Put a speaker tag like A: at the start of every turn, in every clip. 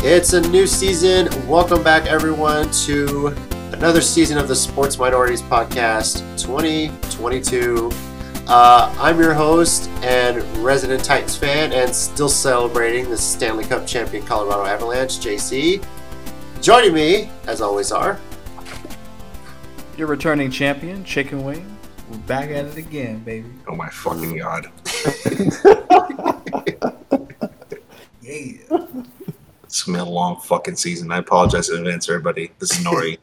A: It's a new season. Welcome back, everyone, to another season of the Sports Minorities Podcast 2022. Uh, I'm your host and resident Titans fan, and still celebrating the Stanley Cup champion Colorado Avalanche, JC. Joining me, as always, are
B: Your returning champion, Chicken Wing. We're back at it again, baby.
C: Oh my fucking god.
B: Yeah.
C: It's been a long fucking season. I apologize in advance, everybody. This is Nori.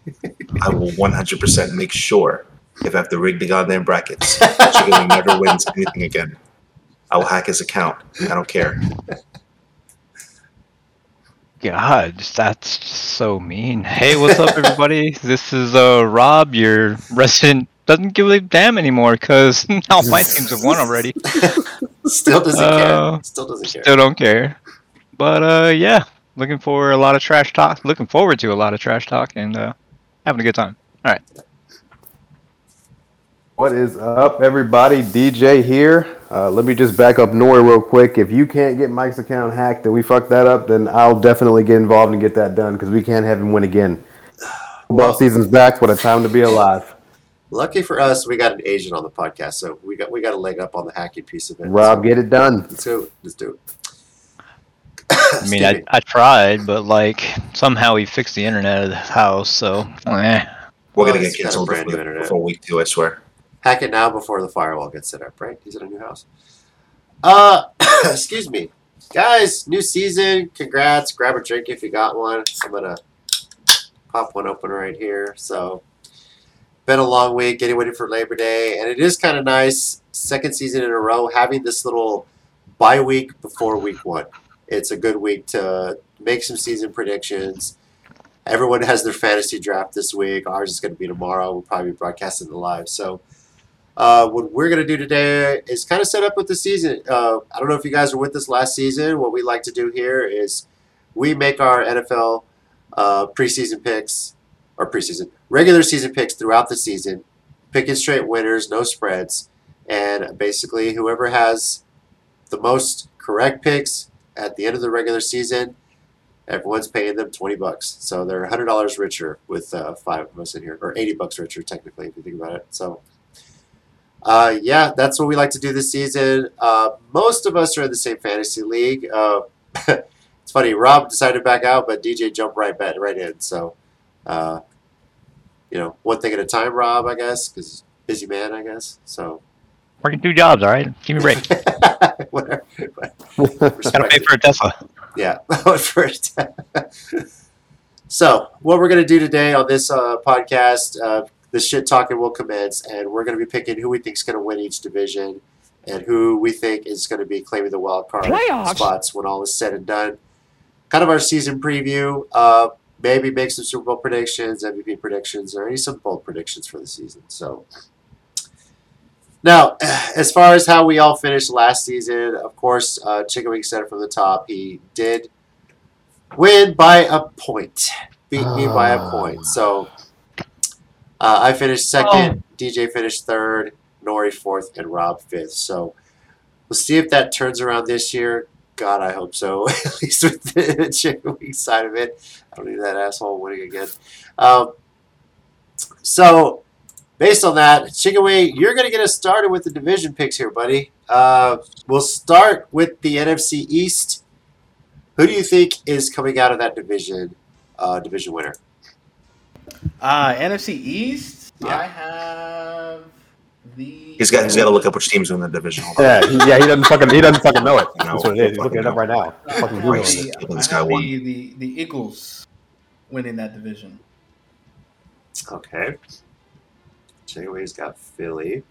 C: I will 100% make sure if I have to rig the goddamn brackets, Chicken Wing never wins anything again. I will hack his account. I don't care.
D: God, that's so mean. Hey, what's up, everybody? this is uh, Rob, your resident doesn't give a damn anymore because now my teams have won already.
A: still doesn't
D: Uh,
A: care. Still doesn't care.
D: Still don't care. But uh, yeah, looking for a lot of trash talk. Looking forward to a lot of trash talk and uh, having a good time.
E: What is up, everybody? DJ here. Uh, let me just back up Nori real quick. If you can't get Mike's account hacked and we fuck that up, then I'll definitely get involved and get that done because we can't have him win again. Football season's back. What a time to be alive.
A: Lucky for us, we got an Asian on the podcast, so we got we got a leg up on the hacking piece of it.
E: Rob, get it done.
A: let's do it. Let's do it.
D: I mean, I, I tried, but like somehow he fixed the internet of the house, so eh.
C: We're
A: Oh,
C: gonna
A: he's
C: get
A: got a
C: canceled
A: brand new
C: before,
A: internet.
C: before week two, I swear.
A: hack it now before the firewall gets set up, right? He's in a new house. Uh, excuse me, guys. New season. Congrats. Grab a drink if you got one. I'm gonna pop one open right here. So, been a long week getting ready for Labor Day, and it is kind of nice. Second season in a row having this little bye week before week one. It's a good week to make some season predictions. Everyone has their fantasy draft this week. Ours is going to be tomorrow. We'll probably be broadcasting it live. So, uh, what we're going to do today is kind of set up with the season. Uh, I don't know if you guys were with us last season. What we like to do here is we make our NFL uh, preseason picks or preseason regular season picks throughout the season, picking straight winners, no spreads, and basically whoever has the most correct picks at the end of the regular season, everyone's paying them twenty bucks. So they're hundred dollars richer with uh, five of us in here, or eighty bucks richer technically if you think about it. So. Uh, yeah, that's what we like to do this season. Uh, most of us are in the same fantasy league. Uh, it's funny, Rob decided to back out, but DJ jumped right back, right in. So, uh, you know, one thing at a time, Rob, I guess, because busy man, I guess. So,
D: Working two jobs, all right? Give me a break.
A: whatever. But
D: Gotta
A: respect
D: pay
A: it.
D: for a Tesla.
A: Yeah, at first. so, what we're going to do today on this uh, podcast, uh, the shit talking will commence, and we're going to be picking who we think is going to win each division and who we think is going to be claiming the wild card spots when all is said and done. Kind of our season preview. Uh, maybe make some Super Bowl predictions, MVP predictions, or any some bold predictions for the season. So. Now, as far as how we all finished last season, of course, uh, Chicken Wing said it from the top. He did win by a point, beat me by a point. So uh, I finished second, DJ finished third, Nori fourth, and Rob fifth. So we'll see if that turns around this year. God, I hope so. At least with the Chicken Wing side of it, I don't need that asshole winning again. Um, so based on that, Chigaway, you're going to get us started with the division picks here, buddy. Uh, we'll start with the NFC East. Who do you think is coming out of that division, uh, division winner?
B: Uh, NFC East.
A: Yeah.
B: I have the.
C: He's got he's gotta look up which team's in the division. Hold on.
E: Yeah, he, yeah, he doesn't fucking he doesn't fucking know it.
C: No,
E: That's what it is. He's
C: fucking
E: looking it up
C: no.
E: right now.
B: I have
E: Fucking
B: the,
E: Googling
C: Christ.
E: it.
B: I
C: This
B: have
C: guy won.
B: the, the, the Eagles winning that division.
A: Okay. Chigaway's got Philly.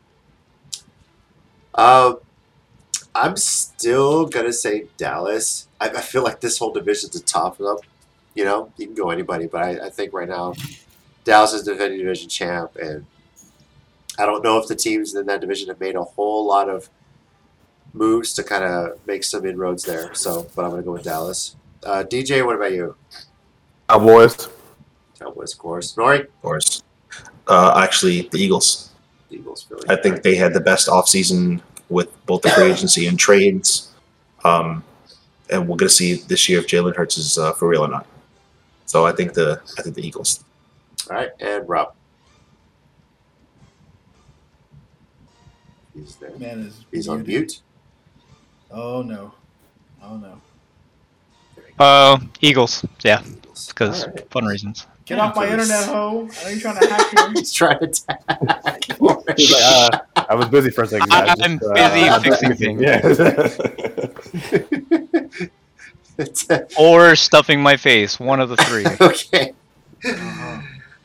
A: Um, I'm still going to say Dallas. I, I feel like this whole division's a top up. You know, you can go anybody, but I, I think right now Dallas is the defending division champ, and I don't know if the teams in that division have made a whole lot of moves to kind of make some inroads there. So, but I'm going to go with Dallas. Uh, DJ, what about you?
E: Cowboys.
A: Cowboys, of course. Nori,
C: Of course. Uh, actually the Eagles.
A: Eagles, Philly.
C: I think they had the best offseason with both the free agency and trades. Um, and we're going to see this year if Jalen Hurts is uh, for real or not. So I think the I think the Eagles.
A: All right, and Rob. He's there.
B: Man is
A: He's on
B: muted.
A: mute.
B: Oh no. Oh no.
D: Uh, Eagles. Yeah,
A: Eagles.
D: because
A: All right.
D: fun reasons.
B: Get off my internet, ho! I know you're trying to hack me.
A: He's trying to attack.
E: He's like, uh, I was busy for a second. guys.
D: I'm
E: Just, uh,
D: busy
E: I'm
D: fixing things.
E: Yeah.
D: Or stuffing my face. One of the three.
A: okay.
B: Uh-huh.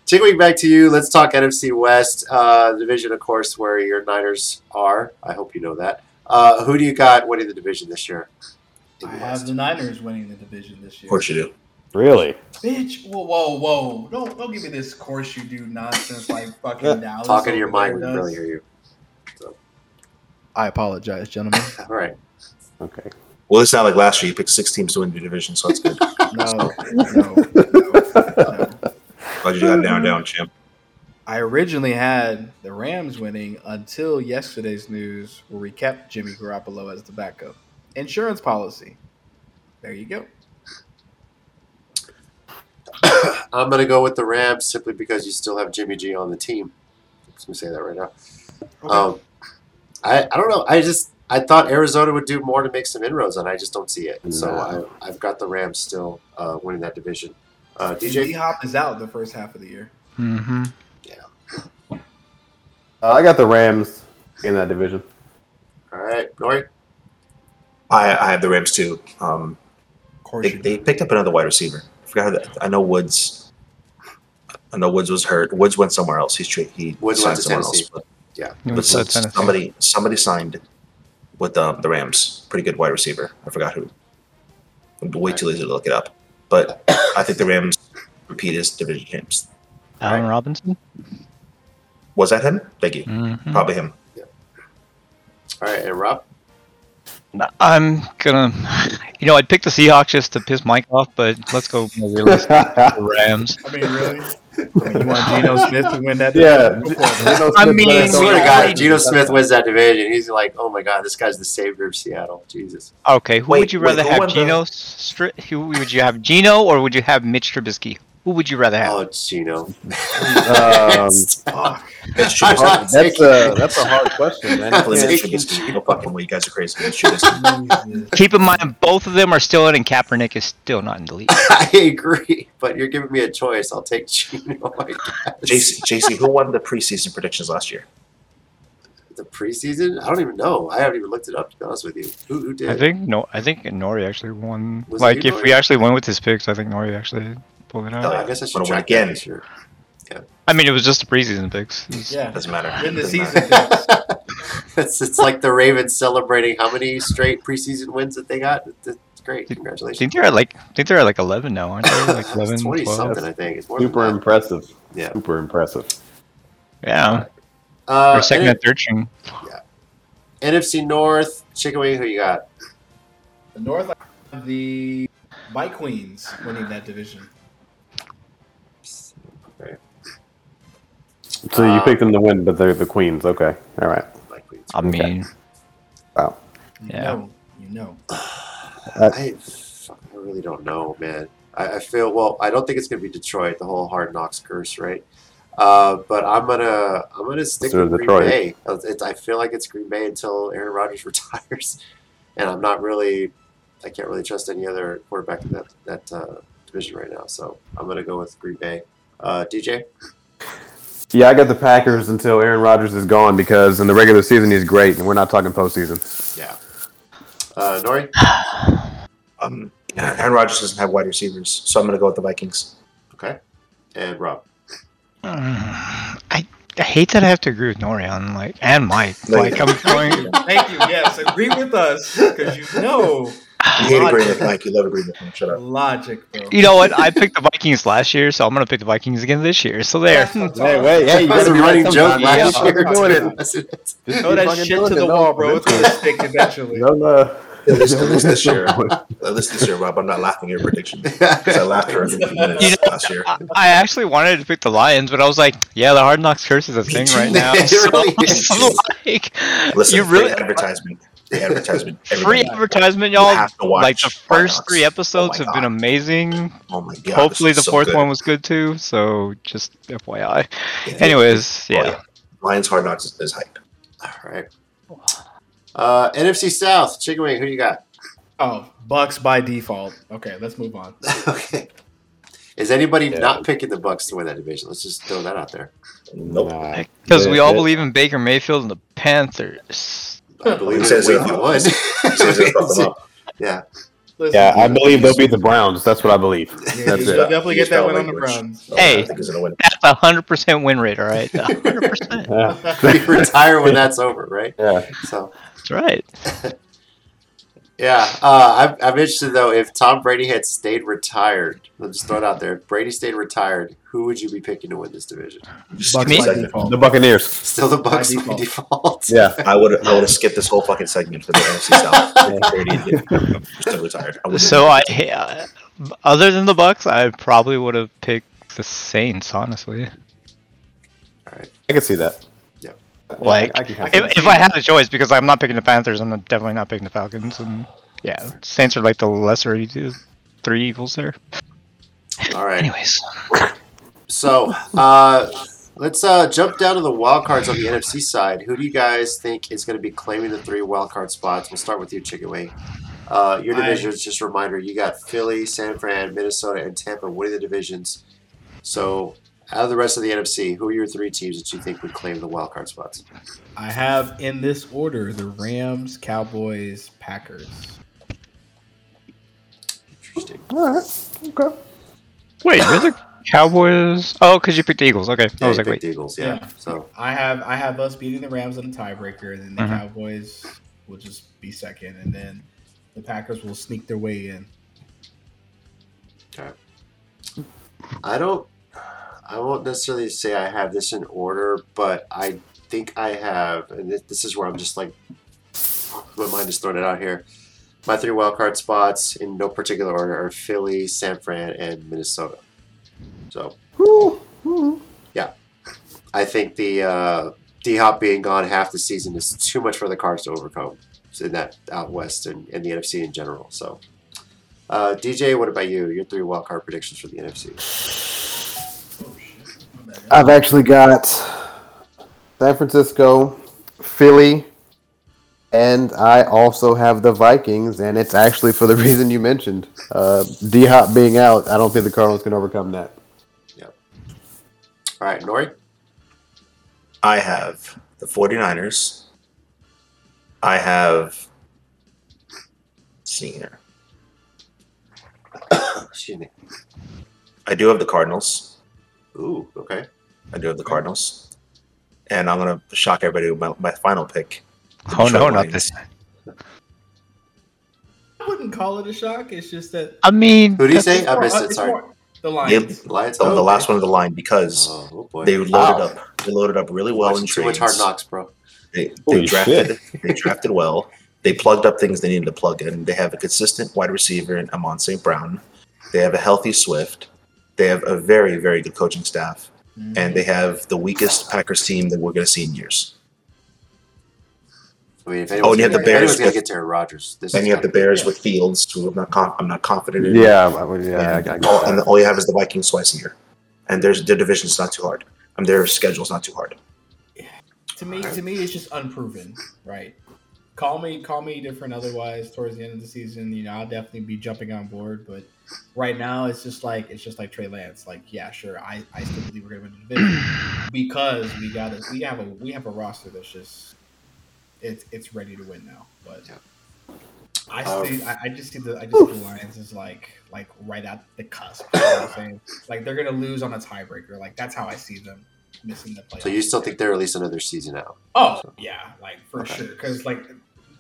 A: Tickling back to you, let's talk NFC West uh, division, of course, where your Niners are. I hope you know that. Uh, who do you got winning the division this year?
B: I have the Niners winning the division this
C: Of
B: year.
C: course you do.
E: really?
B: Bitch, whoa, whoa, whoa! Don't don't give me this course you do nonsense like fucking Dallas.
A: Talking to your
B: over there
A: mind, we can
B: does.
A: barely hear you.
B: I apologize, gentlemen.
A: All right.
E: Okay.
C: Well, it's not like last year. You picked six teams to win your division, so that's good.
B: No, no, no.
C: Glad you got down, down, champ.
B: I originally had the Rams winning until yesterday's news, where we kept Jimmy Garoppolo as the backup. Insurance policy. There you go.
A: I'm going to go with the Rams simply because you still have Jimmy G on the team. I'm just going to say that right now. Um, I, I don't know. I just I thought Arizona would do more to make some inroads, and I just don't see it. So
E: No.
A: I, I've got the Rams still uh, winning that division. Uh,
B: DJ
A: DJ,
B: Hop is out the first half of the year.
D: mm-hmm.
E: Uh, I got the Rams in that division.
A: all right, Nori.
C: I, I have the Rams too. Um,
B: Of course,
C: they,
B: you
C: they picked up another wide receiver. I forgot who that. I know Woods. I know Woods was hurt. Woods went somewhere else. He's tra- he
A: Woods went
C: signed
A: to
C: somewhere
A: Tennessee.
C: else. But,
D: You
C: but
D: went to
C: some-
D: Tennessee.
C: somebody somebody signed with um, the Rams. Pretty good wide receiver. I forgot who. I'm way too lazy to look it up. But I think the Rams repeat as division champs.
D: Allen Robinson.
C: Was that him? Thank you.
D: Mhm.
C: Probably him.
A: All right, and Rob.
D: I'm gonna, you know, I'd pick the Seahawks just to piss Mike off, but let's go more realistic with the Rams.
B: I mean, really? I mean, you want Geno Smith to win that?
E: Yeah.
B: Go for it.
D: I mean,
A: I swear to God, if
D: already-
A: Geno Smith wins that division, he's like, oh my God, this guy's the savior of Seattle. Jesus.
D: Okay, who
C: Wait,
D: would you
C: wait,
D: rather
C: who won
D: have,
C: the-
D: Geno? Stri- who would you have, Geno, or would you have Mitch Trubisky? Who would you rather have?
A: Oh, it's Geno.
E: Um,
B: Fuck.
C: That's
A: I'm
C: Trubisky.
A: not
E: that's
A: taking-
E: a that's a hard question, man.
C: Definitely
A: taking
C: Mitch Trubisky. No fucking way. You guys are crazy. Mitch Trubisky.
B: Jesus.
D: Keep in mind, both of them are still in, and Kaepernick is still not in the league.
A: I agree, but you're giving me a choice. I'll take Geno. Oh I guess.
C: JC, JC, who won the preseason predictions last year?
A: The preseason? I don't even know. I haven't even looked it up. To be honest with you, who, who did?
D: I think no, I think Nori actually won.
A: Was it
D: like,
A: you,
D: if we
A: Nori?
D: actually went with his picks, I think Nori actually pulled it out.
A: Oh, I guess I should
C: Wanna win
A: check
C: again.
A: that this year.
D: I mean, it was just the preseason picks. It was-
B: Yeah.
C: Doesn't matter.
B: Win the
C: Doesn't matter.
B: season. picks.
A: it's, it's like the Ravens celebrating how many straight preseason wins that they got. It's it's great.
D: I
A: Congratulations.
D: think they're at like, I think they're at like 11 now, aren't they? Like 11,
A: It's 20
D: 12.
A: something, I think. It's more
E: Super
A: than that.
E: impressive.
A: Yeah.
E: Super impressive.
D: Yeah,
A: Uh,
D: or second
A: N-
D: and third string.
A: NFC North, chicken wing, who you got?
B: The North, I have the Bike Queens winning that division.
E: So you
A: Uh,
E: picked them to win, but they're the Queens. Okay. All right.
A: Mike Queens.
D: I mean,
E: Wow.
B: You
D: Yeah.
B: know, you know.
A: I, fuck, I really don't know, man. I, I feel well. I don't think it's gonna be Detroit, the whole hard knocks curse, right? Uh, but I'm gonna I'm gonna stick
E: So
A: with Green
E: Detroit.
A: Bay. It's- it's- I feel like it's Green Bay until Aaron Rodgers retires, and I'm not really I can't really trust any other quarterback in that that uh, division right now. So I'm gonna go with Green Bay. Uh, DJ,
E: Yeah, I got the Packers until Aaron Rodgers is gone because in the regular season he's great, and we're not talking postseason.
A: yeah. Uh, Nori,
C: Um, Aaron Rodgers doesn't have wide receivers, so I'm going to go with the Vikings.
A: okay, and Rob.
D: Mm, I, I hate that I have to agree with Nori on like and Mike.
C: No, you
D: like I'm going.
B: Thank you. Yes, agree with us because you know
C: You hate agreeing with Mike. You love agreeing with him. Shut up.
B: logic, bro.
D: You know what? I picked the Vikings last year, so I'm gonna pick the Vikings again this year. So there.
B: That's what's
E: Hey,
B: up.
E: wait, hey, you
A: That was
E: gotta
A: a
E: be
A: running
E: right
A: joke
E: sometime.
A: last
E: Yeah,
A: year.
E: fucking doing it.
A: wasn't it?
E: Just
B: Throw
E: keep
B: that
E: fucking
B: shit
E: doing
B: to
E: it.
B: the
E: No,
B: wall, bro.
E: this
B: It's gonna
E: is-
B: stick eventually.
E: Don't, uh,
C: At least, at least this year. At least this year, Rob. I'm not laughing at your prediction because I laughed at her in a few minutes
D: You uh,
C: last year.
D: I, I actually wanted to pick the Lions, but I was like, yeah, the Hard Knocks curse is a thing right now.
A: It
D: So,
A: really is.
D: so, like,
C: Listen,
D: you really
C: paid advertisement. the advertisement.
D: Free
C: everybody-
D: advertisement,
C: You
D: y'all.
C: have to watch
D: Like the first
C: Firebox.
D: three episodes
C: Oh my
D: have been
C: God.
D: amazing.
C: Oh my god! this
D: Hopefully,
C: is
D: the
C: so
D: fourth
C: good.
D: one was good too. So just FYI.
C: Yeah.
D: Anyways,
C: Oh,
D: yeah.
C: Lions Hard Knocks is, is hype.
A: All right. Uh, NFC South, Chicken Wing, who you got?
B: Oh, Bucks by default. Okay, let's move on.
A: okay. Is anybody
C: Yeah.
A: not picking the Bucks to win that division? Let's just throw that out there.
C: Nope.
E: Nah.
D: Because we
E: Yeah,
D: all
E: yeah.
D: believe in Baker Mayfield and the Panthers.
A: I believe
C: Who
A: it
C: says
A: we
C: they
A: all
C: do?
A: would.
C: Says they fuck them up.
A: yeah.
B: Listen,
E: Yeah, I believe they'll beat the Browns. That's what I believe.
B: yeah,
E: That's
B: you'll
E: it.
B: definitely
C: You
B: get that
C: spell
B: win on the
C: language.
B: Browns.
C: So
D: Hey.
C: oh, I think it's gonna win.
D: That's a hundred percent win rate. All right, A hundred percent.
E: Yeah.
A: We retire when that's over, right?
E: Yeah.
A: So
D: That's right.
A: yeah, uh, I'm, I'm interested though. If Tom Brady had stayed retired, let's just throw it out there. If Brady stayed retired, who would you be picking to win this division?
C: Just
B: Bucks
C: skip the
D: me?
B: by
C: segment.
B: default.
E: The Buccaneers.
A: Still the Bucks by
B: default.
A: default.
E: Yeah.
C: I would I would have skipped this whole fucking segment for the NFC South.
E: Yeah.
C: Brady and Gibbs. I'm still retired. I would've-
D: So I, uh, other than the Bucks, I probably would have picked the Saints. Honestly,
E: I can see that.
A: Yep.
D: Like,
E: I, I can kind of
D: if, if I had a choice, because I'm not picking the Panthers, I'm definitely not picking the Falcons, and yeah, Saints are like the lesser of the three evils there.
A: All right.
D: Anyways,
A: So uh, let's uh, jump down to the wild cards on the NFC side. Who do you guys think is going to be claiming the three wild card spots? We'll start with you, Chicken Wing. Uh, your
B: I-
A: division is just a reminder. You got Philly, San Fran, Minnesota, and Tampa winning the divisions. So out of the rest of the NFC, who are your three teams that you think would claim the wild card spots?
B: I have in this order the Rams, Cowboys, Packers.
A: Interesting.
E: All right. Okay.
D: wait, you're the Cowboys? Oh, because you picked the Eagles. Okay,
A: Yeah,
D: I was
A: you
D: like,
A: picked
D: wait,
A: the Eagles. Yeah.
B: Yeah.
A: So
B: I have I have us beating the Rams in a tiebreaker, and then the
D: Mhm.
E: Mm-hmm.
B: Cowboys will just be second, and then the Packers will sneak their way in.
A: I don't. I won't necessarily say I have this in order, but I think I have, and this, this is where I'm just like, my mind is throwing it out here. My three wildcard spots in no particular order are Philly, San Fran, and Minnesota. So
E: Woo. Woo.
A: I think the uh, D Hop being gone half the season is too much for the Cards to overcome in that out west and, and the NFC in general. So, uh, DJ, what about you? Your three wildcard predictions for the NFC?
E: I've actually got San Francisco, Philly, and I also have the Vikings, and it's actually for the reason you mentioned. Uh, D Hop being out, I don't think the Cardinals can overcome that.
A: All right, Nori.
C: I have the 49ers. I have see here.
A: Excuse me.
C: I do have the Cardinals.
A: Ooh, okay.
C: I do have the Cardinals. And I'm gonna shock everybody with my, my final pick. the
D: oh no,
C: Detroit
D: not
C: Lions.
D: this.
B: I wouldn't call it a shock. It's just that
D: I mean,
A: Who do you
D: that's-
A: say? I missed it.
B: It's
A: Sorry.
B: more- The Lions.
A: Lions.
C: So Oh, the
A: okay.
C: last one of the line because
A: Oh, oh boy.
C: they loaded
E: Wow.
C: up. They loaded up really well in
A: Watching too much hard
C: trades.
A: knocks, bro.
C: They, they
E: Holy
C: drafted. They drafted well. They plugged up things they needed to plug in. They have a consistent wide receiver in Amon St. Brown. They have a healthy Swift. They have a very, very good coaching staff, and they have the weakest Packers team that we're going to see in years.
A: I mean, if
C: Oh, and
A: anyone's,
C: you have the
A: gonna- if anyone's
C: Bears
A: gonna
C: with-
A: get to Aaron Rodgers. This
C: Then
A: is
C: you have the
A: gonna-
C: Bears with Fields, who I'm not, conf- I'm not confident in.
E: Yeah, I would- yeah, I, I
C: and,
E: got
C: all, and
E: that.
C: all you have is the Vikings twice a year, and their their division's not too hard. Um, their schedule's not too hard.
B: to me, to me, it's just unproven, right? Call me, call me different. Otherwise, towards the end of the season, you know, I'll definitely be jumping on board. But right now, it's just like it's just like Trey Lance. Like, yeah, sure, I, I still believe we're gonna win the division because we got a we have a we have a roster that's just it's it's ready to win now. But
A: Yeah.
B: I
A: Um,
B: see, I, I just see the I just see the Lions is like like right at the cusp. You know what I'm saying? Like they're gonna lose on a tiebreaker. Like that's how I see them missing the playoffs.
A: So you still think they're at least another season out?
B: Oh yeah, like for
A: Okay.
B: sure. Because like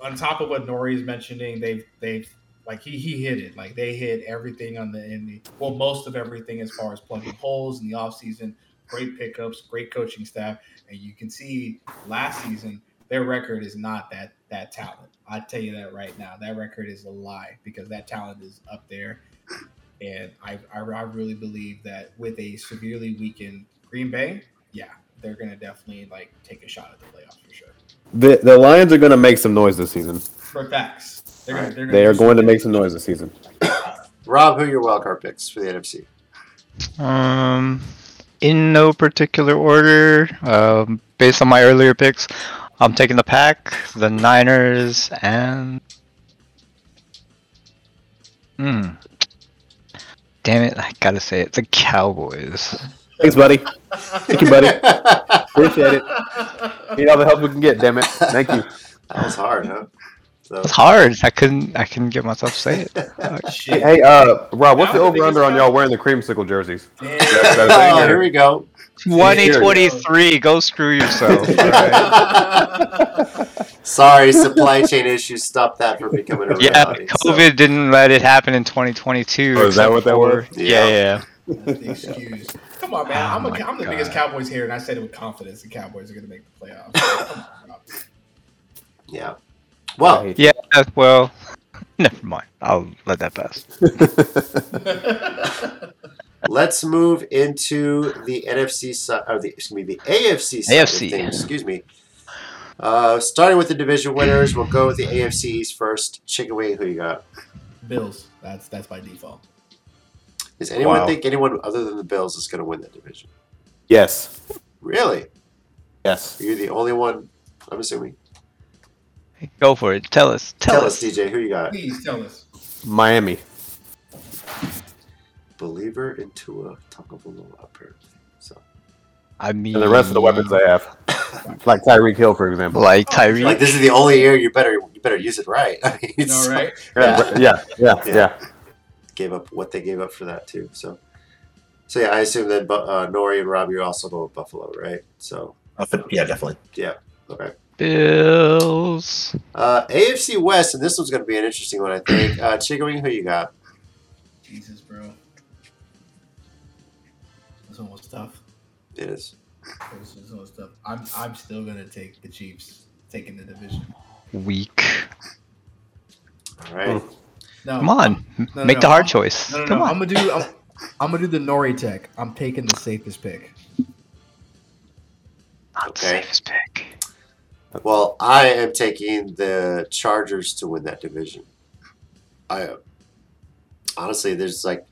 B: on top of what Nori's mentioning, they've they've like he he hit it. Like they hit everything on the in the well most of everything as far as plugging holes in the offseason, great pickups, great coaching staff, and you can see last season their record is not that that talent. I tell you that right now, that record is a lie because that talent is up there. And I, I, I really believe that with a severely weakened Green Bay, yeah, they're gonna definitely like take a shot at the playoffs for sure.
E: The, the Lions are going to make some noise this season.
B: for facts. They're, gonna, they're gonna
E: They are
B: do
E: going to
B: something.
E: make some noise this season.
A: Rob, who are your wildcard picks for the NFC?
D: Um, in no particular order, um, based on my earlier picks, I'm taking the Pack, the Niners, and. Hmm. Damn it! I gotta say it. The Cowboys.
E: Thanks, buddy. Thank you, buddy.
A: that
E: Appreciate it. Need all the help we can get, damn it. Thank you.
A: was hard, huh? So,
D: It's hard. I couldn't. I couldn't get myself to say it.
E: Hey,
B: Shit.
E: hey uh, Rob, what's the
B: That was the
E: over under on
B: biggest
E: y'all wearing the creamsicle jerseys?
B: Yeah.
A: oh, here we go.
D: 2023. Go screw yourself.
A: Sorry, supply chain issues stopped that from becoming a
D: Yeah,
A: reality. so-
D: COVID didn't let it happen in 2022.
E: Oh, is that
D: except
E: what that
D: for-
E: was?
D: Yeah,
A: Yeah.
D: yeah.
B: That's the excuse. Come on, man.
D: Oh
B: I'm, a,
D: my
B: I'm the biggest Cowboys here, and I said it with confidence. The Cowboys are going to make the playoffs. Come on, Rob.
A: yeah. Well,
E: Right.
D: yeah. Yeah, well, never mind. I'll let that pass.
A: Let's move into the NFC side, or the excuse me, the AFC side of
D: AFC.
A: things. Excuse me. Uh, starting with the division winners, we'll go with the AFC East first. Chicken wing, who you got?
B: Bills. That's that's by default.
A: Does anyone
E: Wow.
A: think anyone other than the Bills is going to win that division?
E: Yes.
A: Really?
E: Yes.
A: You're the only one. I'm assuming.
D: Go for it. Tell us. Tell,
A: Tell us,
D: us.
A: DJ, who you got?
B: Please tell us.
E: Miami.
A: Believer in Tua Tagovailoa, apparently. So,
D: I mean,
E: And the rest of the weapons I have. Like Tyreek Hill, for example.
D: like Tyree.
A: like, this is the only year you better you better use it right. I mean,
B: You know,
A: so-
B: right?
E: Yeah, yeah, yeah. yeah.
A: gave up what they gave up for that too. So, so yeah, I assume that Bu- uh, Nori and Robbie are also going with Buffalo, right? So,
C: Uh, but yeah, definitely.
A: okay.
D: Bills.
A: Uh, AFC West, and this one's going to be an interesting one, I think. Uh, Chickering, who you got?
B: Jesus, bro. This one was tough.
A: It is.
B: This, this one was tough. I'm I'm still going to take the Chiefs taking the division.
D: Weak.
A: All right.
B: No,
D: Come on.
B: no,
D: Make
B: no,
D: the hard
B: I'm-
D: choice.
B: No, no,
D: Come
B: no.
D: on.
B: I'm gonna do. I'm, I'm gonna do the Nori tech. I'm taking the safest pick.
D: Not the
A: Okay.
D: safest pick.
A: Well, I am taking the Chargers to win that division. I am. Honestly, there's like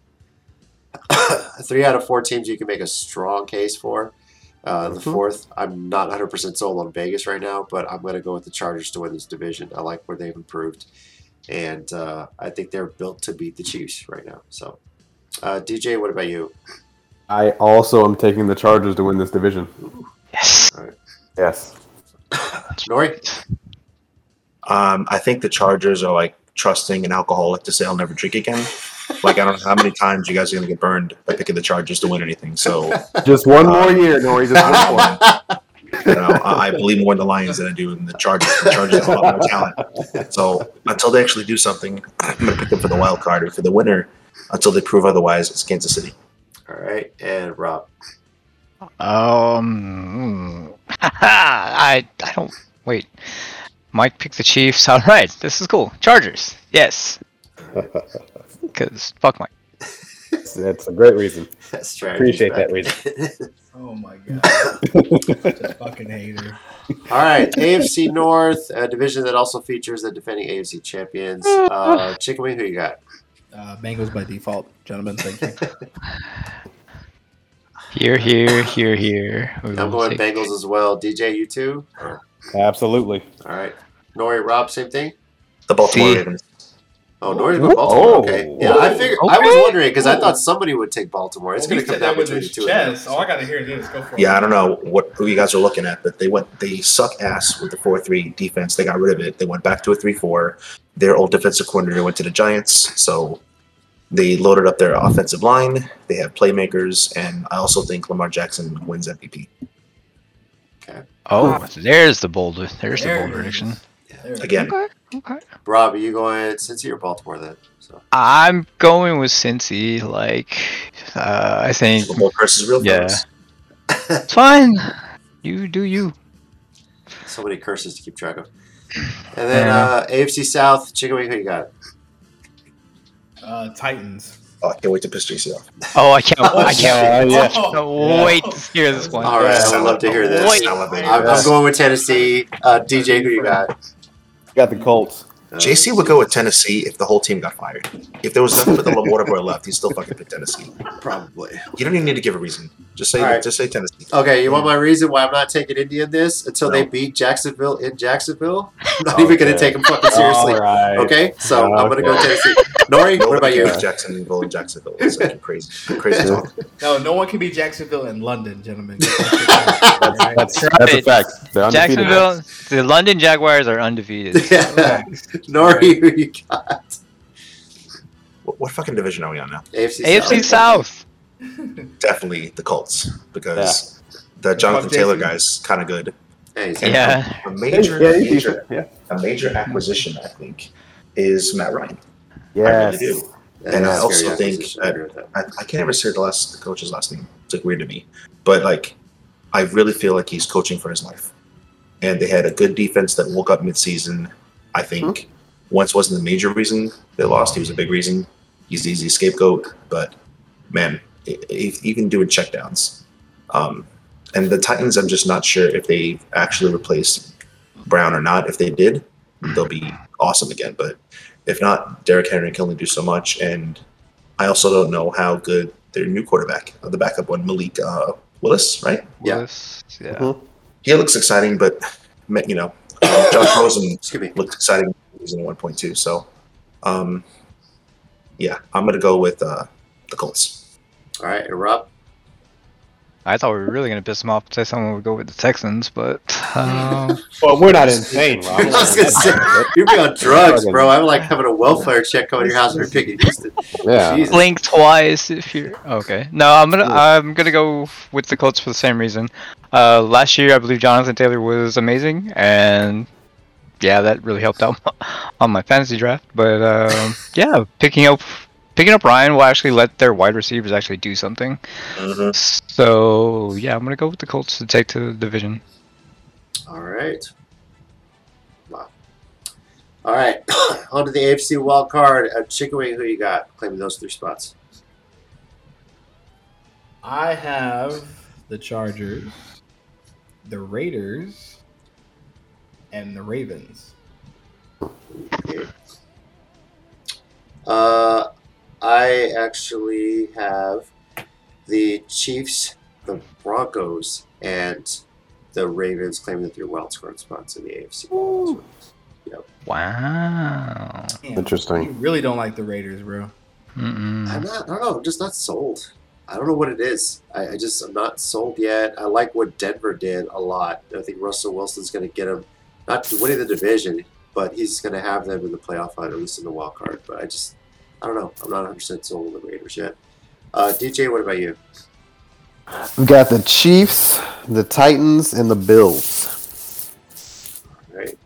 A: three out of four teams you can make a strong case for. Uh, the
E: Mhm.
A: fourth, I'm not 100% sold on Vegas right now, but I'm going to go with the Chargers to win this division. I like where they've improved, and uh, I think they're built to beat the Chiefs right now. So, uh, DJ, what about you?
E: I also am taking the Chargers to win this division.
D: Yes.
E: Yes.
A: Nori?
C: Um, I think the Chargers are like trusting an alcoholic to say I'll never drink again. Like I don't know how many times you guys are gonna get burned by picking the Chargers to win anything. So
E: Just one more year, Nori. Just one more.
C: you know, I, I believe more in the Lions than I do in the Chargers. The Chargers have a lot more talent. So until they actually do something, I'm gonna pick them for the wild card or for the winner. Until they prove otherwise, it's Kansas City.
A: All right, and Rob.
D: Um. I I don't wait. Mike picked the Chiefs. All right, this is cool. Chargers. Yes. Because fuck Mike.
E: That's a great reason.
A: That's right.
E: Appreciate that reason.
B: Oh my god, such a fucking hater.
A: All right, AFC North, a division that also features the defending AFC champions. Uh, Chicken Wing, who you got?
B: Uh, Bengals by default, gentlemen. Thank you.
D: Here, here, here, here. We
A: I'm
D: will
A: going
D: take-
A: Bengals as well. DJ, you too?
E: Absolutely.
A: All right. Nori, Rob, same thing?
C: The Baltimore
D: See?
C: Ravens.
A: Oh, Nori's going Baltimore.
E: Oh.
A: okay. Yeah, I figured. I was
D: Okay.
A: wondering because I thought somebody would take Baltimore. It's going
B: He
A: to come
B: said that
A: down
B: with
A: between the
B: his
A: two of them.
B: chest. Oh, I gotta hear this. Go for it.
C: Yeah, I don't know what who you guys are looking at, but they went they suck ass with the four three defense. They got rid of it. They went back to a three four. Their old defensive coordinator went to the Giants, so they loaded up their offensive line. They have playmakers, and I also think Lamar Jackson wins MVP.
D: Oh, there's the bold. There's the
B: There
D: bold
B: it
D: prediction.
B: is. There it is.
C: Again,
D: Okay.
A: Rob, are you going Cincy or Baltimore then? So
D: I'm going with Cincy. Like, uh, I think
C: Super Bowl versus real
D: Yeah.
C: folks.
D: it's fine. You do you.
A: so many curses to keep track of. And then uh, AFC South, Chicken Wing, who you got?
B: Uh, Titans.
C: Oh, I can't wait to piss JC off.
D: Oh, I can't. I can't.
E: Oh, yeah.
D: I can't
B: Oh,
D: wait to hear this one.
A: All right, I would love to hear this.
D: Wait.
A: Uh, I'm, I'm going with Tennessee. Uh, DJ, who you got?
E: Got the Colts.
A: Uh,
C: JC would go with Tennessee if the whole team got fired. If there was nothing but the water boy left, he'd still fucking pick Tennessee.
A: probably.
C: You don't even need to give a reason. Just say
A: All right.
C: just say Tennessee.
A: Okay, you want my reason why I'm not taking Indian this until they
C: No. Oh,
A: beat Jacksonville in Jacksonville? I'm not even going to
E: Okay.
A: take them fucking seriously.
E: All right.
A: Okay, so I'm going to go
E: Okay.
A: Tennessee. Nori, what about
C: Nobody
A: you?
C: beat Jacksonville and Jacksonville. It's like crazy, crazy talk.
B: No, no one can be Jacksonville in London, gentlemen.
E: That's,
D: Drop
E: that's a
D: it.
E: fact. They're undefeated.
D: Jacksonville, the London Jaguars are undefeated.
A: Yeah. Nori, who you got?
C: What, what fucking division are we on now?
A: AFC,
D: AFC
A: South.
D: South.
C: Definitely the Colts because that Jonathan
B: Fuck Jason.
C: Taylor guy's kind of good.
A: Hey, so-
D: Yeah.
C: A
E: Hey,
C: major,
E: yeah, you
C: major,
E: yeah.
C: a major acquisition, I think, is Matt Ryan. I really
E: Yes.
C: do.
A: that
C: And
A: is
C: I
A: a
C: also
A: scary
C: think
A: acquisition,
C: that-
A: I agree with that.
C: I, I can't ever say the last the coach's last name. It's like weird to me, but like I really feel like he's coaching for his life. And they had a good defense that woke up midseason. I think once wasn't the major reason they lost. He was a big reason. He's the easy scapegoat, but man, e- e- even doing checkdowns. Um, and the Titans, I'm just not sure if they actually replaced Brown or not. If they did, they'll be awesome again. But if not, Derrick Henry can only do so much. And I also don't know how good their new quarterback, uh, the backup one, Malik uh, Willis, right?
A: Yeah.
D: Willis, yeah.
E: Mhm.
C: He looks exciting, but you know, uh, Josh Rosen
A: Excuse me.
C: looked exciting. He's in 1.2, so um, yeah, I'm gonna go with uh, the Colts.
A: All right, and Rob.
D: I thought we were really gonna piss him off and say someone would go with the Texans, but um,
E: Well, we're not insane, Rob.
A: I was going to say, you'd be on drugs, bro. I'm like having a welfare check coming to your house and you're picking Houston.
E: yeah.
A: Jesus.
D: blink twice if you're okay. No, I'm gonna I'm gonna go with the Colts for the same reason. Uh, last year I believe Jonathan Taylor was amazing, and yeah, that really helped out on my fantasy draft. But um, yeah, picking up picking up Ryan will actually let their wide receivers actually do something. So yeah, I'm gonna go with the Colts to take to the division.
A: All right. Wow. All right. On to the AFC wild card. Uh, Chicken Wing, who you got claiming those three spots?
B: I have the Chargers, the Raiders, and the Ravens.
A: Uh, I actually have the Chiefs, the Broncos, and the Ravens claiming the three wild card spots in the AFC.
D: Wow.
B: Damn, You
E: Interesting.
B: really don't like the Raiders, bro.
A: I'm
D: Mm-mm.
A: not. I don't know. I'm just not sold. I don't know what it is. I, I just I'm not sold yet. I like what Denver did a lot. I think Russell Wilson's going to get them, not winning the division, but he's going to have them in the playoff hunt, at least in the wild card. But I just I don't know. I'm not 100 percent sold on the Raiders yet. Uh, DJ, what about you?
E: We got the Chiefs, the Titans, and the Bills.
A: All right.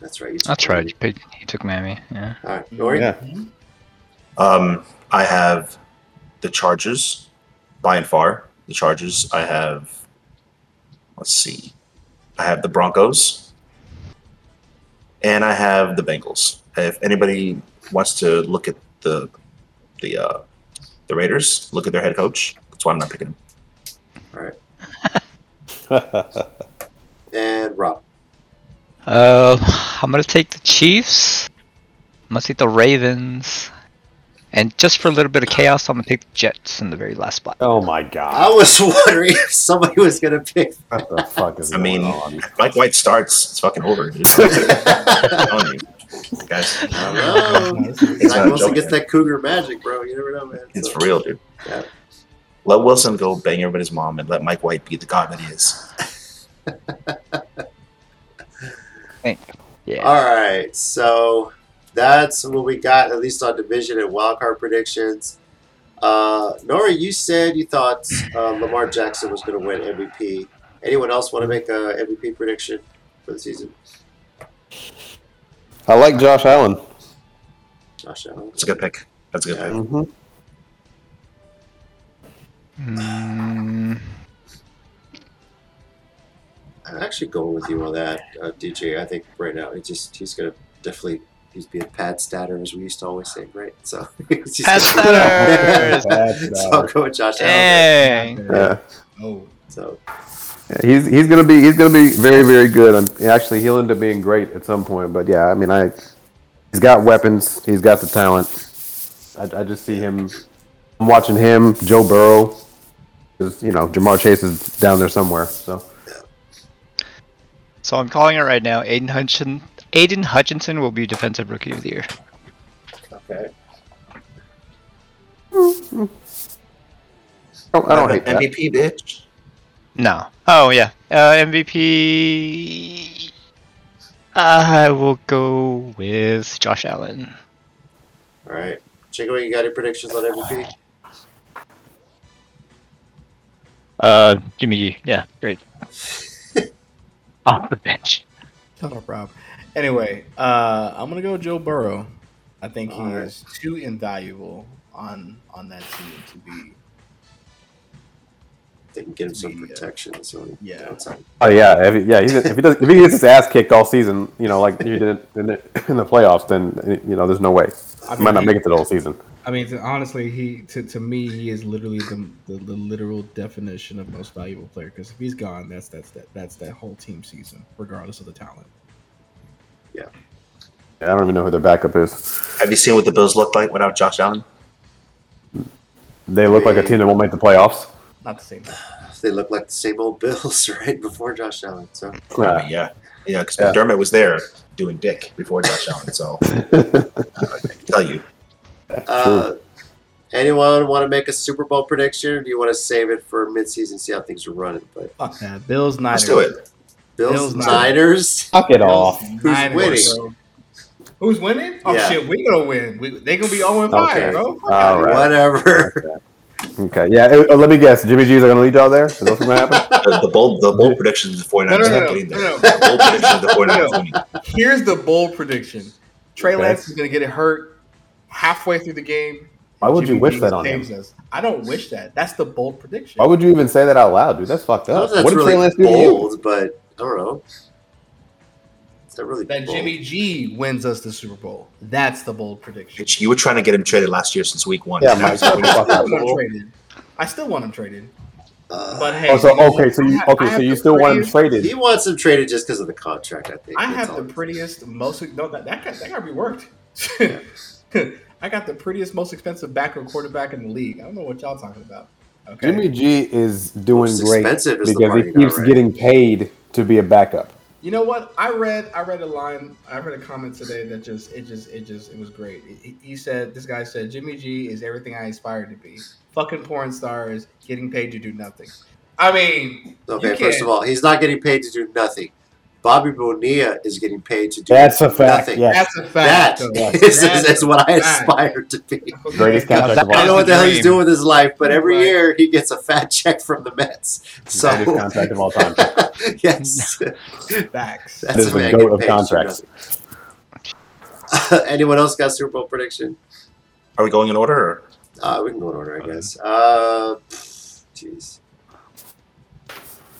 A: That's right. You took
D: That's right.
A: Miami.
D: You picked, he took Mammy. Yeah.
A: All right, Nori.
E: Yeah.
C: Um, I have the Chargers by and far. The Chargers. I have. Let's see. I have the Broncos, and I have the Bengals. If anybody wants to look at the the uh, the Raiders, look at their head coach. That's why I'm not picking them.
E: Oh,
A: and Rob.
D: Uh, I'm gonna take the Chiefs. I'm gonna take the Ravens. And just for a little bit of chaos, I'm gonna take the Jets in the very last spot.
E: oh my
A: I
E: god.
A: was wondering if somebody was going to pick.
E: What the fuck is
C: I
E: going
C: mean-
E: on?
C: Mike White starts. It's fucking over. dude. I'm telling you, guys.
A: I don't know.
C: It's not
A: Zach
C: a
A: Wilson
C: joke,
A: gets
C: man.
A: that cougar magic, bro. You never know, man.
C: It's
A: So-
C: for real, dude.
A: Yeah.
C: Let Wilson go bang everybody's mom and let Mike White be the god that he is.
D: Yeah.
A: All right, so that's what we got at least on division and wildcard predictions. Uh, Nori, you said you thought uh, Lamar Jackson was going to win MVP. Anyone else want to make a MVP prediction for the season?
E: I like Josh Allen.
A: Josh Allen.
C: That's a good pick. That's a good pick.
E: Mm-hmm.
D: Mm,
A: I'm actually going with you on that, uh, DJ. I think right now it just he's going to definitely he's being Pat Statter as we used to always say, right? So he's just
D: Pat
A: gonna-
D: Statter!
A: so I'll go with Josh Allen.
D: Dang.
E: Yeah.
B: Oh,
A: So
E: He's he's gonna be he's gonna be very very good. I'm, actually, he'll end up being great at some point. But yeah, I mean, I he's got weapons. He's got the talent. I, I just see him. I'm watching him, Joe Burrow, 'cause, you know Jamar Chase is down there somewhere. So
D: So I'm calling it right now. Aiden Hutchinson, Aiden Hutchinson will be defensive rookie of the year.
A: okay.
E: I don't, I don't hate that.
C: MVP, bitch.
D: No. Oh yeah. Uh, MVP. I will go with Josh Allen.
A: All right. Chico, you got any predictions on MVP?
D: Uh, Jimmy G. Yeah, great. Off the bench.
B: not a problem. Anyway, uh, I'm gonna go Joe Burrow. I think he
A: All right.
B: is too invaluable on on that team to be.
A: They can get him some
B: Yeah.
A: protection. That's the only
B: uh, Yeah.
A: downside.
E: Oh yeah, if, he- yeah. He's, if he does, if he gets his ass kicked all season, you know, like you did in the, in the playoffs, then you know, there's no way.
B: I
E: He might not
B: he-
E: make it to the whole season.
B: I mean, to- honestly, he to, to me he is literally the, the, the literal definition of most valuable player. Because if he's gone, that's that's that that's that whole team season, regardless of the talent.
E: I don't even know who their backup is.
C: Have you seen what the Bills look like without Josh Allen?
E: They look like a team that won't make the playoffs.
B: Not the same. thing.
A: They look like the same old Bills right before Josh Allen. So
E: Yeah.
C: I mean, yeah, yeah. Because
E: Yeah.
C: McDermott was there doing dick before Josh Allen. So
E: Uh,
C: I can tell you,
A: Uh, anyone want to make a Super Bowl prediction? Or do you want to save it for midseason, see how things are running? But
B: Fuck that. Bills Niners.
C: let's do it.
A: Bills,
B: Bills,
A: Niners.
E: Fuck it
B: Bills,
E: off.
A: Who's
B: Niners, bro. Who's winning? Oh
A: Yeah.
B: shit, we gonna win. We, they gonna be 0 and 5,
E: Okay.
B: bro. Fuck
E: All
B: it.
E: right.
A: Whatever.
E: Okay, yeah. eh, oh, let me guess. Jimmy G's are going to lead y'all there. Is that what's going to happen?
C: The, the bold, the bold predictions of the 49ers
B: No, no,
C: not
B: no,
C: getting there.
B: no, no.
C: The bold predictions of the 49ers
B: No.
C: winning.
B: Here's the bold prediction: Trey
E: Uh, Okay.
B: Lance is gonna get it hurt halfway through the game.
E: Why would you
B: Jimmy
E: wish
B: G
E: that on him?
B: saves us. I don't wish that. That's the bold prediction.
E: Why would you even say that out loud, dude? That's fucked
A: I don't know
E: up.
A: if that's
E: What did Trey
A: really
E: Lance do to you?
A: bold, but I don't know. Is that really
B: that
A: bold?
B: Jimmy G wins us the Super Bowl. That's the bold prediction.
C: Bitch, You were trying to get him traded last year since week one. Now
E: Yeah, Mike,
B: I
C: he's
B: still,
C: winning.
B: I
E: Fuck
B: still
E: that
B: want him
E: bold.
B: traded. I still want him traded.
A: Uh,
B: But hey,
E: Oh, so
B: you know,
E: okay, so
B: I
E: you
B: have- I
E: okay, so
B: have
E: you
B: the
E: still want him
B: prettiest-
A: he
E: traded?
A: wants him traded just because of the contract, I think.
B: I
A: That's
B: have
A: all.
B: the prettiest, most no, that, that got that got reworked. I got the prettiest, most expensive backup quarterback in the league. I don't know what y'all talking about. Okay,
E: Jimmy G is doing
A: Most
E: great
A: expensive is the
E: because
A: part
E: he
A: you got
E: keeps
A: right.
E: getting paid to be a backup.
B: you know what? I read I read a line. I read a comment today that just it just it just it was great. He- He said this guy said Jimmy G is everything I aspire to be. Fucking porn stars getting paid to do nothing. I mean,
A: Okay,
B: You
A: first
B: can't-
A: of all, he's not getting paid to do nothing. Bobby Bonilla is getting paid to do
E: That's a fact.
A: nothing.
E: Yeah,
B: that's a
A: That
B: fact. though.
A: is,
B: That's
A: is what I
B: a fact.
A: aspire to be.
B: Okay.
E: greatest contract of
A: I don't know
E: all.
A: what the hell he's
D: Dream.
A: doing with his life, but every
B: Right.
A: year he gets a fat check from the Mets. So
E: Greatest contract of all time.
A: yes,
B: Facts.
A: that's
E: is
A: the
E: the
A: way I
E: goat
A: get
E: of
A: paid for
E: contracts.
A: nothing. Anyone else got Super Bowl prediction?
C: Are we going in order? Or?
A: Uh, we can go in order, I guess. Uh, Jeez.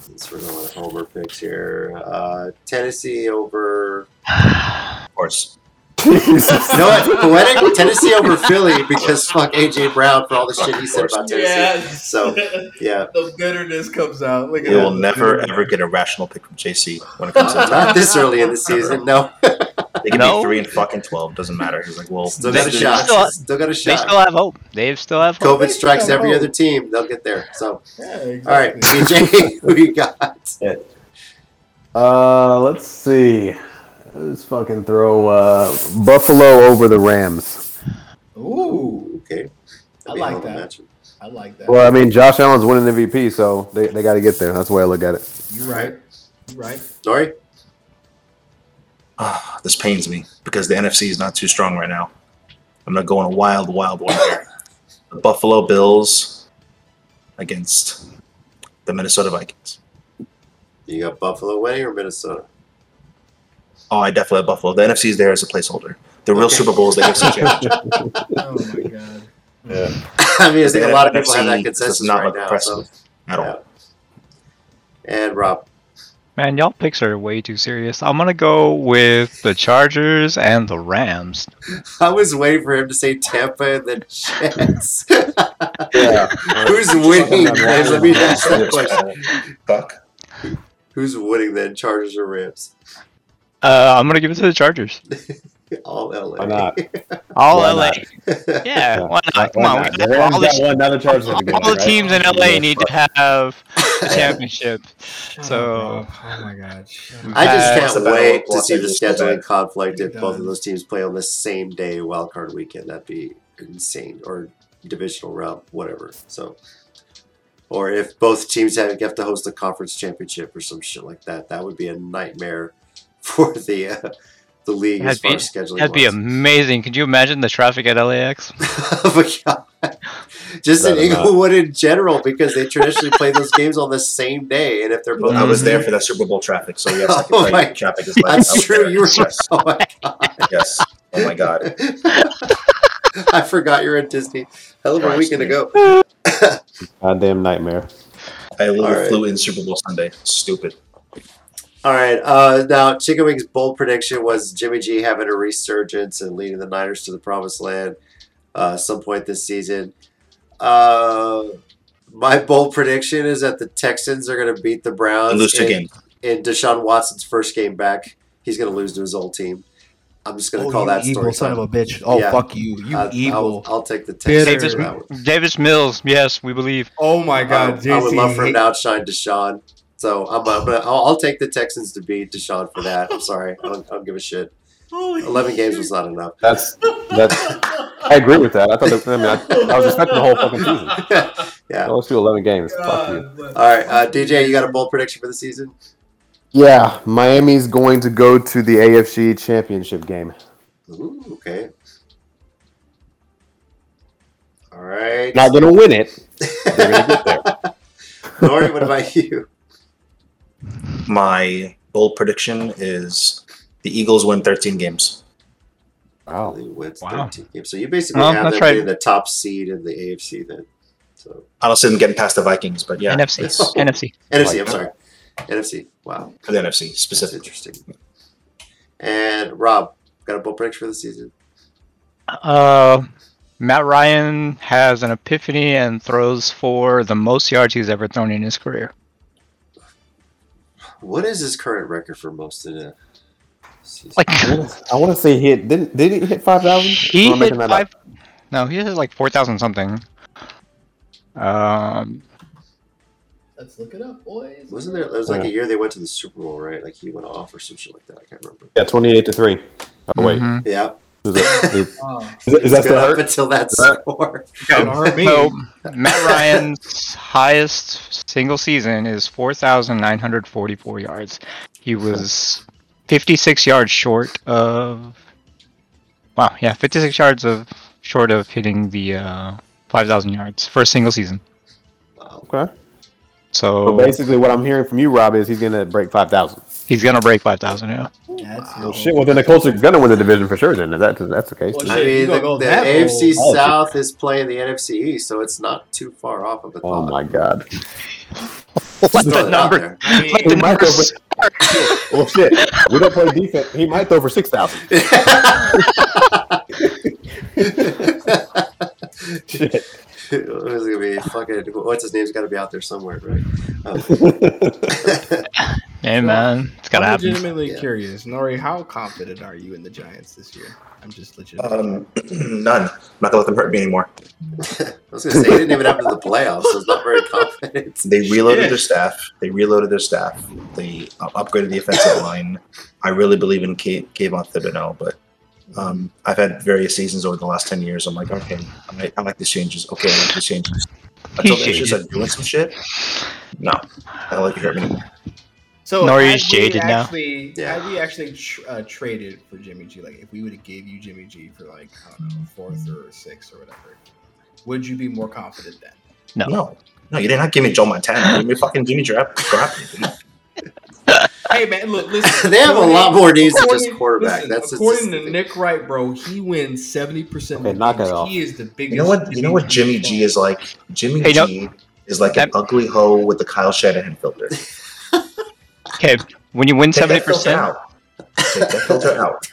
A: Since we're going with Homer picks here, uh, Tennessee over
C: Of course.
E: Jesus.
A: You know what? Poetic Tennessee over Philly because fuck AJ Brown for all the shit he said about Tennessee.
B: Yes.
A: So yeah,
B: the bitterness comes out. Look at
C: We
B: that.
C: will never ever get a rational pick from JC when it comes to
A: not this early in the season. No,
C: They can
D: No.
C: be three and fucking twelve. Doesn't matter. He's like, well,
A: still
D: They
A: got a
D: still-
A: shot. Still got a
D: They still
A: shot.
D: have hope. They still have hope.
A: COVID strikes every other team. They'll get there. So
B: Yeah,
A: all right,
B: exactly.
A: DJ, who you got?
E: Uh, let's see. Let's fucking throw uh, Buffalo over the Rams.
B: Ooh,
A: Okay,
B: I
A: That'd be a
B: like
A: hell of a
B: that.
A: matchup.
B: I like that.
E: Well, I mean, Josh Allen's winning MVP, so they, they got to get there. That's the way I look at it.
B: you right. You right.
A: Sorry.
C: ah, this pains me because the NFC is not too strong right now. I'm not going a wild, wild one here. The Buffalo Bills against the Minnesota Vikings.
A: You got Buffalo winning or Minnesota?
C: Oh, I definitely have Buffalo. The NFC is there as a placeholder. The real
A: Okay.
C: Super Bowl is the NFC Championship.
B: Oh my god.
A: I mean, I think a lot of people
C: The
A: have that
C: NFC does
A: consensus
C: not
A: right
C: look
A: now. So.
C: impressive at all.
A: And Rob,
D: Man, y'all picks are way too serious. I'm gonna go with the Chargers and the Rams.
A: I was waiting for him to say Tampa and then Jets.
C: Yeah.
A: Who's winning? guys? Let me ask that question.
C: Fuck.
A: Who's winning then? Chargers or Rams?
D: Uh, I'm gonna give it to the Chargers.
A: All LA.
E: Why not?
D: All
E: Why
D: LA. Yeah, why not? Come on. we got all the,
E: one. Now the Chargers have to go,
D: all the
E: right?
D: teams in LA need to have a
A: I
D: championship. So
B: oh my god, shut up.
A: just
D: Uh,
C: It's
A: can't
C: about
A: wait to
C: Los
A: see the
C: Angeles so
A: scheduling
C: bad.
A: conflict if
B: It
A: both of
B: does.
A: those teams play on the same day, wild card weekend. That'd be insane. Or divisional round, whatever. So, or if both teams have, have to host a conference championship or some shit like that, that would be a nightmare for the uh, the league as
D: That'd
A: far
D: be-
A: as scheduling.
D: that'd be
A: wise.
D: amazing. Could you imagine the traffic at LAX?
A: But Oh God. Just in
E: Rather not.
A: Inglewood in general, because they traditionally play those games on the same day, and if they're both
C: I was there
A: Mhm.
C: for that Super Bowl traffic, so yes, I can
A: Oh
C: tell you
A: my-
C: what traffic is like. I
A: That's
C: was
A: true.
C: there.
A: You were
C: yes,
A: Oh my
C: yes. Oh my god.
A: I forgot you're at Disney. Hell of a
C: Christ,
A: weekend
C: man.
A: ago.
E: Goddamn nightmare.
C: I literally
A: Alright.
C: flew in Super Bowl Sunday. Stupid.
A: All right. Uh, now, Chicken Wing's bold prediction was Jimmy G having a resurgence and leading the Niners to the promised land uh, some point this season. Uh, my bold prediction is that the Texans are going to beat the Browns
C: And lose two
A: in-
C: games.
A: in Deshaun Watson's first game back, he's going to lose to his old team. I'm just going to
F: Oh,
A: call
F: you
A: that
F: evil
A: story.
F: son of
A: time.
F: a bitch. Oh,
A: Yeah.
F: fuck you. You
A: I-
F: evil.
A: I'll, I'll take the
F: Bitter.
A: Texans
D: Davis,
A: for that one.
D: Davis Mills, yes, we believe.
B: Oh my
A: I,
B: god,
A: I would
B: JC
A: love for him
B: hate-
A: to outshine Deshaun. So I'm, I'm gonna, I'll, I'll take the Texans to beat Deshaun for that. I'm sorry. I don't, I don't give a shit.
B: Holy
A: 11 games
B: shit.
A: was not enough.
E: That's that's. I agree with that. I thought that. I mean, I, I was expecting the whole fucking season.
A: yeah.
E: Oh, let's do eleven games. Fuck you.
B: God, what-
A: All right, uh, DJ, you got a bold prediction for the season?
E: Yeah, Miami's going to go to the AFC Championship game.
A: Ooh, okay. All right.
E: Not going to win it. They're going to get there.
A: Lori, what about you?
C: My bold prediction is the Eagles win 13 games.
E: Oh, Wow.
A: They went
D: Wow.
A: 13 games. So you basically
D: Well,
A: have
D: that's
A: them
D: right.
A: being the top seed in the AFC then. So
C: I don't see them getting past the Vikings, but yeah,
D: NFC.
C: it's
D: NFC.
A: NFC, I'm
E: Like-
A: sorry. NFC. Wow.
C: for the NFC
A: That's
C: specifically.
A: interesting. And Rob, got a bold prediction for the season.
D: Uh, Matt Ryan has an epiphany and throws for the most yards he's ever thrown in his career.
A: What is his current record for most in a season?
D: Like
E: I want to say he hit, didn't did he hit five thousand?
D: he hit five. No, he hit like four thousand something. Um,
A: Uh,
B: Let's look it up, boys.
A: wasn't there? It was like
E: Yeah.
A: a year they went to the Super Bowl, right? Like he went off or some shit like that. I can't remember.
E: Yeah, twenty eight to three. Oh wait,
D: mhm.
A: Yeah,
E: is, that, is,
B: Oh,
E: is that
A: it's good
E: still
A: up
E: hurt?
A: until that
E: That-
A: score.
B: an RB.
D: So Matt Ryan's highest single season is four thousand nine hundred forty-four yards. He was fifty-six yards short of. Wow, yeah, fifty-six yards of short of hitting the uh, five thousand yards for a single season.
A: Wow.
E: Okay. So
D: So
E: basically, what I'm hearing from you, Rob, is he's going to break five thousand.
D: he's gonna break five thousand. Yeah.
B: that's
F: Oh,
E: Well, shit. Well, then the Colts are going to win the division for sure. Then if that that's the case.
B: Well,
A: I
B: Shit, you
A: mean, the,
B: gonna go
A: the
B: that
A: AFC
E: bold.
A: South is playing the NFC East, so it's not too far off of the
E: Oh
A: thought.
E: my god.
A: Just
D: the
A: throwing it out
D: number-
A: there.
B: I mean,
D: Like the
E: Marco,
D: numbers-
E: Well, shit. We don't play defense. He might throw for six thousand. Shit.
A: it's gonna be fucking. What's his name's got to be out there somewhere, right? Um,
D: Hey man, it's gotta
B: I'm
D: happen.
B: legitimately
A: Yeah.
B: curious, Nori. How confident are you in the Giants this year? I'm just legit.
C: Um, none. I'm not gonna let them hurt me anymore.
A: I was gonna say he didn't even have to the playoffs, so it's not very confident.
C: They reloaded their staff. They reloaded their staff. They uh, upgraded the offensive line. I really believe in Ca- Kayvon Thibodeau, but um, I've had various seasons over the last ten years. I'm like, okay, I like, I like these changes. Okay, I like these changes. Until
D: He's
C: they
D: jaded.
C: just like doing some shit. No, I don't like to hurt me anymore.
B: so
D: Nori
B: had
D: is
B: we
D: jaded now.
B: actually,
A: Yeah.
B: Had we actually tr- uh, traded for Jimmy G, like if we would have gave you Jimmy G for like I don't know fourth or sixth or whatever, would you be more confident then?
D: No.
C: No, no, you did not give me Joe Montana. You Give me fucking Jimmy Grab- Garoppolo.
B: Hey man, look, listen.
A: They have a lot more needs than just
B: According-
A: quarterback.
B: listen,
A: That's just-
B: according
A: just the
B: to
A: thing.
B: Nick Wright, bro. He wins seventy percent.
E: Okay, knock it off.
B: He is the biggest.
C: You know what? You know what Jimmy G is like. Jimmy
D: Hey, no-
C: G is like an
D: that-
C: ugly hoe with the Kyle Shanahan filter.
D: Okay, when you win
C: Take
D: seventy
C: that filter
D: percent,
C: out. Take that filter out.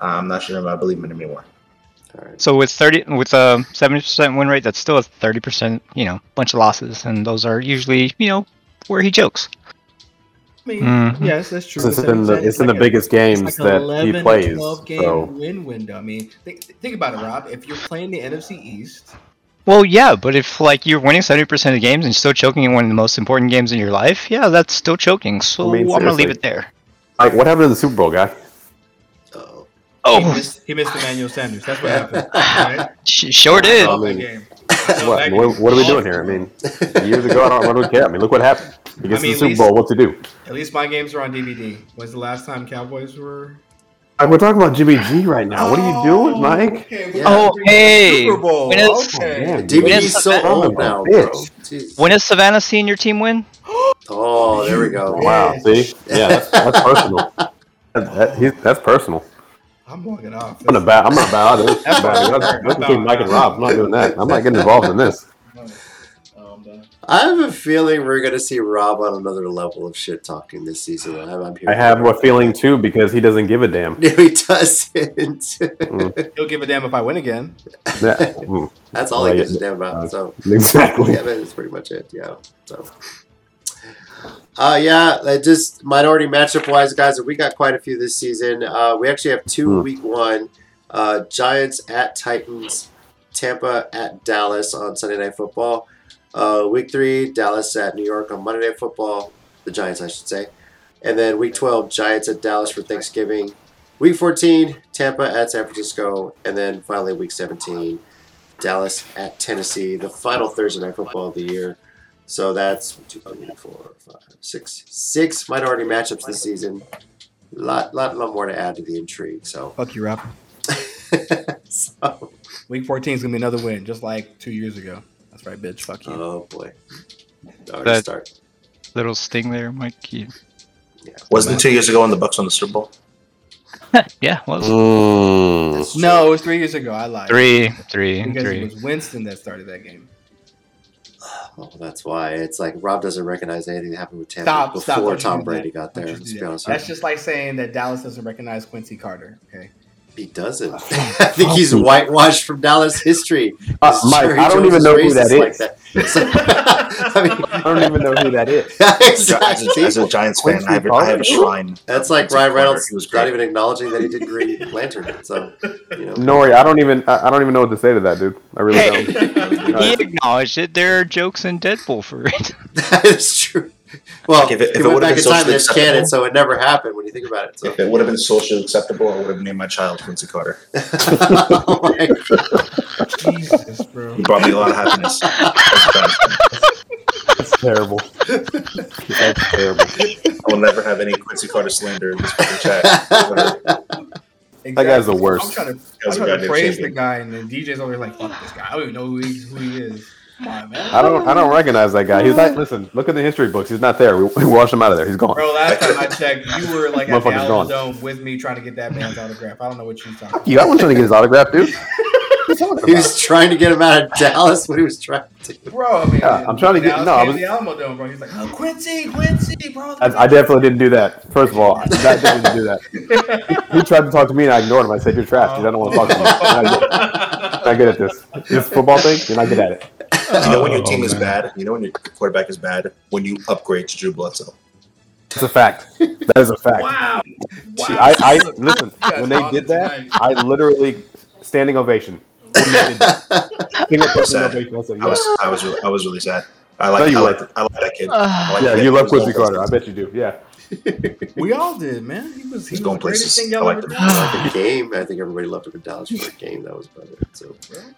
C: I'm not sure if I believe in it anymore.
A: All right.
D: so with thirty, with a seventy percent win rate, that's still a thirty percent, you know, bunch of losses, and those are usually, you know, where he jokes.
F: I mean,
D: Mhm.
F: yes, that's true.
E: It's in the
F: It's
E: it's in the
F: like a-
E: biggest
F: it's like
E: games
F: an
E: that he
F: 11 to
E: plays.
F: 12 game
E: So
F: win window. I mean, think, think about it, Rob. If you're playing the NFC East,
D: Well, yeah, but if like you're winning seventy percent of games and still choking in one of the most important games in your life, yeah, that's still choking. So
E: I mean,
D: I'm gonna leave
E: seriously.
D: it there.
E: like, what happened to the Super Bowl guy?
A: So,
F: he
D: Oh,
F: missed, he missed Emmanuel Sanders. That's what happened. Right?
D: sh- sure did.
E: I
B: Off the
E: mean,
B: game. I felt
E: What,
B: that
E: what,
B: game.
E: what are we
B: Off
E: doing
B: the
E: here? I mean, years ago, I don't, I don't care. I mean, look what happened. He
F: mean,
E: gets to the Super
F: Lisa-
E: Bowl. What's he do?
F: At least my games are on DVD. When's the last time Cowboys were? Oh,
E: Like, we're talking about Jimmy G right now. What are you
B: Oh.
E: doing, Mike?
B: Okay, we
A: Yeah.
B: gotta
D: Oh,
B: bring up the
D: hey.
B: Super Bowl.
D: When is-
B: Okay.
E: Man,
A: DBD
E: dude.
A: is so
E: Son of
A: old
E: a
A: now, bro.
E: bitch.
A: Jeez.
D: When has Savannah seen your team win?
A: Oh, there we go.
E: Wow. See, yeah, that's, that's personal. That, that, he's, that's personal.
F: I'm walking off.
E: I'm gonna bow. I'm gonna bow out. of this.
F: That's
E: Bow-
F: what-
E: That's that's between Mike and Rob. I'm not doing that. I'm not getting involved in this.
F: Oh, I'm done.
A: I have a feeling we're gonna see Rob on another level of shit talking this season. I'm, I'm here.
E: I have a feeling too because he doesn't give a damn.
A: No, he doesn't.
F: He'll give a damn if I win again.
E: Yeah. Mm,
A: That's all
E: Like,
A: he gives a damn about. So
E: Exactly.
A: yeah, that's pretty much it. Yeah. So. Uh, yeah, I just minority matchup wise, guys, we got quite a few this season. Uh, we actually have two
E: Hmm.
A: week one uh, Giants at Titans, Tampa at Dallas on Sunday Night Football. Uh, week three, Dallas at New York on Monday Night Football, the Giants, I should say. And then week 12, Giants at Dallas for Thanksgiving. Week 14, Tampa at San Francisco. And then finally, week 17, Dallas at Tennessee, the final Thursday night football of the year. So that's two, three, four, five, six, six minority matchups this season. Lot, lot, lot more to add to the intrigue. So,
F: Fuck you, Rob.
A: so
F: Week 14 is gonna be another win, just like two years ago. That's right, bitch. Fuck you.
A: oh boy, already
D: That-
A: start.
D: Little sting there, Mike. You-
C: Wasn't it two years ago when the Bucks won the Super Bowl?
D: Yeah, well,
E: Mm.
A: That's
F: no, it was three years ago. I lied.
D: three, three,
F: Because
D: three.
F: it was Winston that started that game.
A: Well, Oh, that's why it's like Rob doesn't recognize anything that happened with Tampa
F: Stop,
A: before
F: stop, don't you
A: Tom
F: do
A: Brady
F: that.
A: got there.
F: Don't you
A: Let's
F: do
A: be
F: that.
A: honest.
F: That's
A: with you.
F: just like saying that Dallas doesn't recognize Quincy Carter. Okay.
A: he doesn't. I think he's whitewashed from Dallas history.
E: Uh, Mike,
A: Jerry
E: I don't even
A: Jones
E: know who
A: racist
E: that is.
A: like that. So- I mean,
E: I don't even know who that is.
C: As a, as a-
A: exactly.
C: as a Giants fan, I have, a- I have a shrine.
A: That's like
C: Quincy
A: Ryan
C: Carter.
A: Reynolds
C: He was
A: not
C: great.
A: even acknowledging that he did Green Lantern. So, you know.
E: Nori, I don't even. I, I don't even know what to say to that dude. I really
D: Hey.
E: don't.
D: He acknowledged it. There are jokes in Deadpool for it.
A: that is true. Well,
C: Like,
A: if
C: if
A: it,
C: it- if it
A: went
C: would've
A: back
C: been
A: in time,
C: socially
A: that's canon,
C: acceptable-
A: so it never happened when you think about it. So.
C: If it would have been socially acceptable, I would have named my child Quincy Carter.
A: oh my God.
F: Jesus, bro.
C: He brought me a lot of happiness. I
E: That's terrible. That's terrible.
C: will never have any Quincy Carter slander in this fucking chat. Whatever.
E: That guy's the worst.
F: I'm trying to, I'm
C: Guy's a
F: trying to
C: goddamn
F: praise
C: champion.
F: the guy, and the DJ's over here like, fuck this guy. I don't even know who he, who he is. Come on, man.
E: I don't. I don't recognize that guy. He's like, listen, look in the history books. He's not there. We, we washed him out of there. He's gone.
F: Bro, last time I checked, you were like at the
E: Motherfucker's gone.
F: Alamo Dome with me trying to get that man's autograph. I don't know what you're talking about.
E: You, I was trying to get his autograph, dude. What are you
A: He
E: talking about?
A: was trying to get him out of Dallas when he was trying to.
F: Bro, I mean,
E: Yeah, I'm trying to get-
F: Dallas
E: no, I
F: came
E: was-
F: the Alamo Dome, bro. He's like, oh, Quincy, Quincy, bro.
E: I, I definitely didn't do that. First of all, I definitely didn't do that. He tried to talk to me and I ignored him. I said, "You're trash, dude. I don't want to talk to you. You're not good, You're not good at this. This football thing, you're not good at it."
C: You know when your team
F: Oh,
C: is
F: man.
C: bad? You know when your quarterback is bad? When you upgrade to Drew Bledsoe.
E: That's a fact. That is a fact.
F: Wow. wow.
E: I, I listen
F: guys
E: when they
F: on
E: did that.
F: tonight.
E: I literally standing ovation. When they did that. Single person
C: Sad.
E: ovation. I said,
C: I was,
E: yes.
C: I was, really, I was really sad. I
E: No,
C: like,
E: you
C: I
E: were.
C: like, I like that kid. I like
E: Yeah,
C: that
E: you
C: kid.
E: love Quincy Carter. I bet you do. Yeah.
F: we all did, man. He was, he
C: He's
F: was
C: going
F: the greatest
C: places.
F: thing
C: I
F: y'all
C: like
F: ever
C: him.
F: done.
A: The game. I think everybody loved him in Dallas for a game. That was about it. So
F: Really?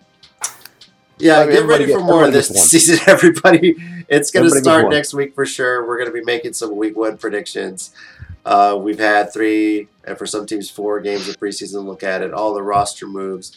A: yeah,
E: I mean,
A: get ready
E: everybody
A: for
E: get-
A: more of
E: everybody
A: this
E: gets one.
A: season, everybody. It's going to
E: Everybody gets
A: start
E: one.
A: next week for sure. We're going to be making some week one predictions. Uh, we've had three, and for some teams, four games of preseason. Look at it. All the roster moves,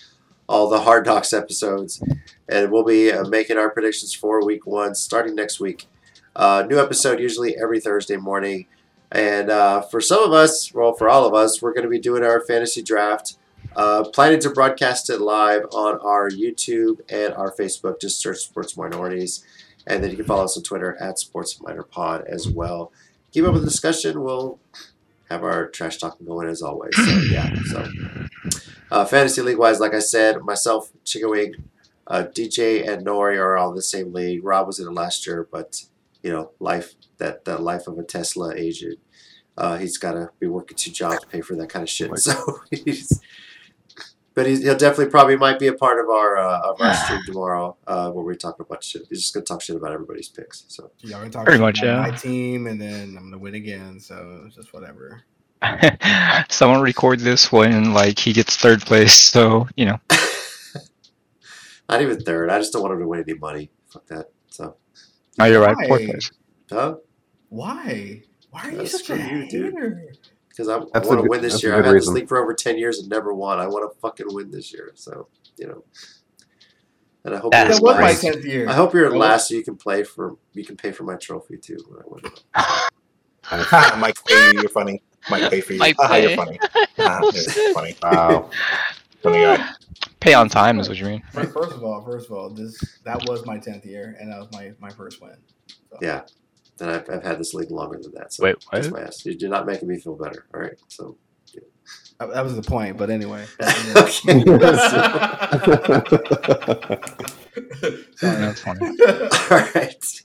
A: all the hard knocks episodes, and we'll be uh, making our predictions for week one starting next week. Uh, new episode usually every Thursday morning. And uh, for some of us, well, for all of us, we're going to be doing our fantasy draft. Uh, planning to broadcast it live on our YouTube and our Facebook. Just search Sports Minorities. And then you can follow us on Twitter at Sports Minor Pod as well. keep up with the discussion. We'll have our trash talking going as always. So, yeah. So, uh, fantasy league wise, like I said, myself, Chicken Wing, uh, DJ, and Nori are all in the same league. Rob was in it last year, but you know, life that the life of a Tesla agent. Uh, he's got to be working two jobs to pay for that kind of shit. So he's, but he's, he'll definitely probably might be a part of our uh, of our stream tomorrow uh, where we're talking about shit. He's just gonna talk shit about everybody's picks. So
B: Yeah, we talked
D: Pretty
B: shit
D: much,
B: about
D: yeah.
B: my team, and then I'm gonna win again. So it's just whatever.
D: Someone record this when like he gets third place, so you know.
A: not even third. I just don't want him to win any money. Fuck that. So
D: Oh, you're right. Fourth
B: Right.
D: place.
A: huh?
B: Why? Why are you
A: That's
B: such
A: for
B: a
A: you, dude.
B: hater?
A: Because I, I
E: That's a
A: want to
E: good-
A: win this
E: that's a
A: year.
E: good
A: I've had this
E: reason.
A: league for over ten years and never won. I want to fucking win this year. So you know, and I hope
D: That's
B: That
A: you're
B: was my
A: last.
B: tenth year.
A: I hope you're
B: That was-
A: last so you can play for you can pay for my trophy too when I win.
C: Mike Pay, you're funny. Mike Pay for you.
D: Mike
C: Haha,
D: Pay.
C: you're funny. Haha, you're funny.
E: Wow.
C: Funny guy.
D: Pay on time is what you mean.
B: Fir- First of all, first of all, this that was my tenth year, and that was my my first win.
A: Yeah. Then I've, I've had this league longer than that. So
D: Wait,
A: kiss my
D: what?
A: ass. You're not making me feel better. All right. So
B: That, that was the point. But anyway.
A: okay. all
D: That's funny.
A: right.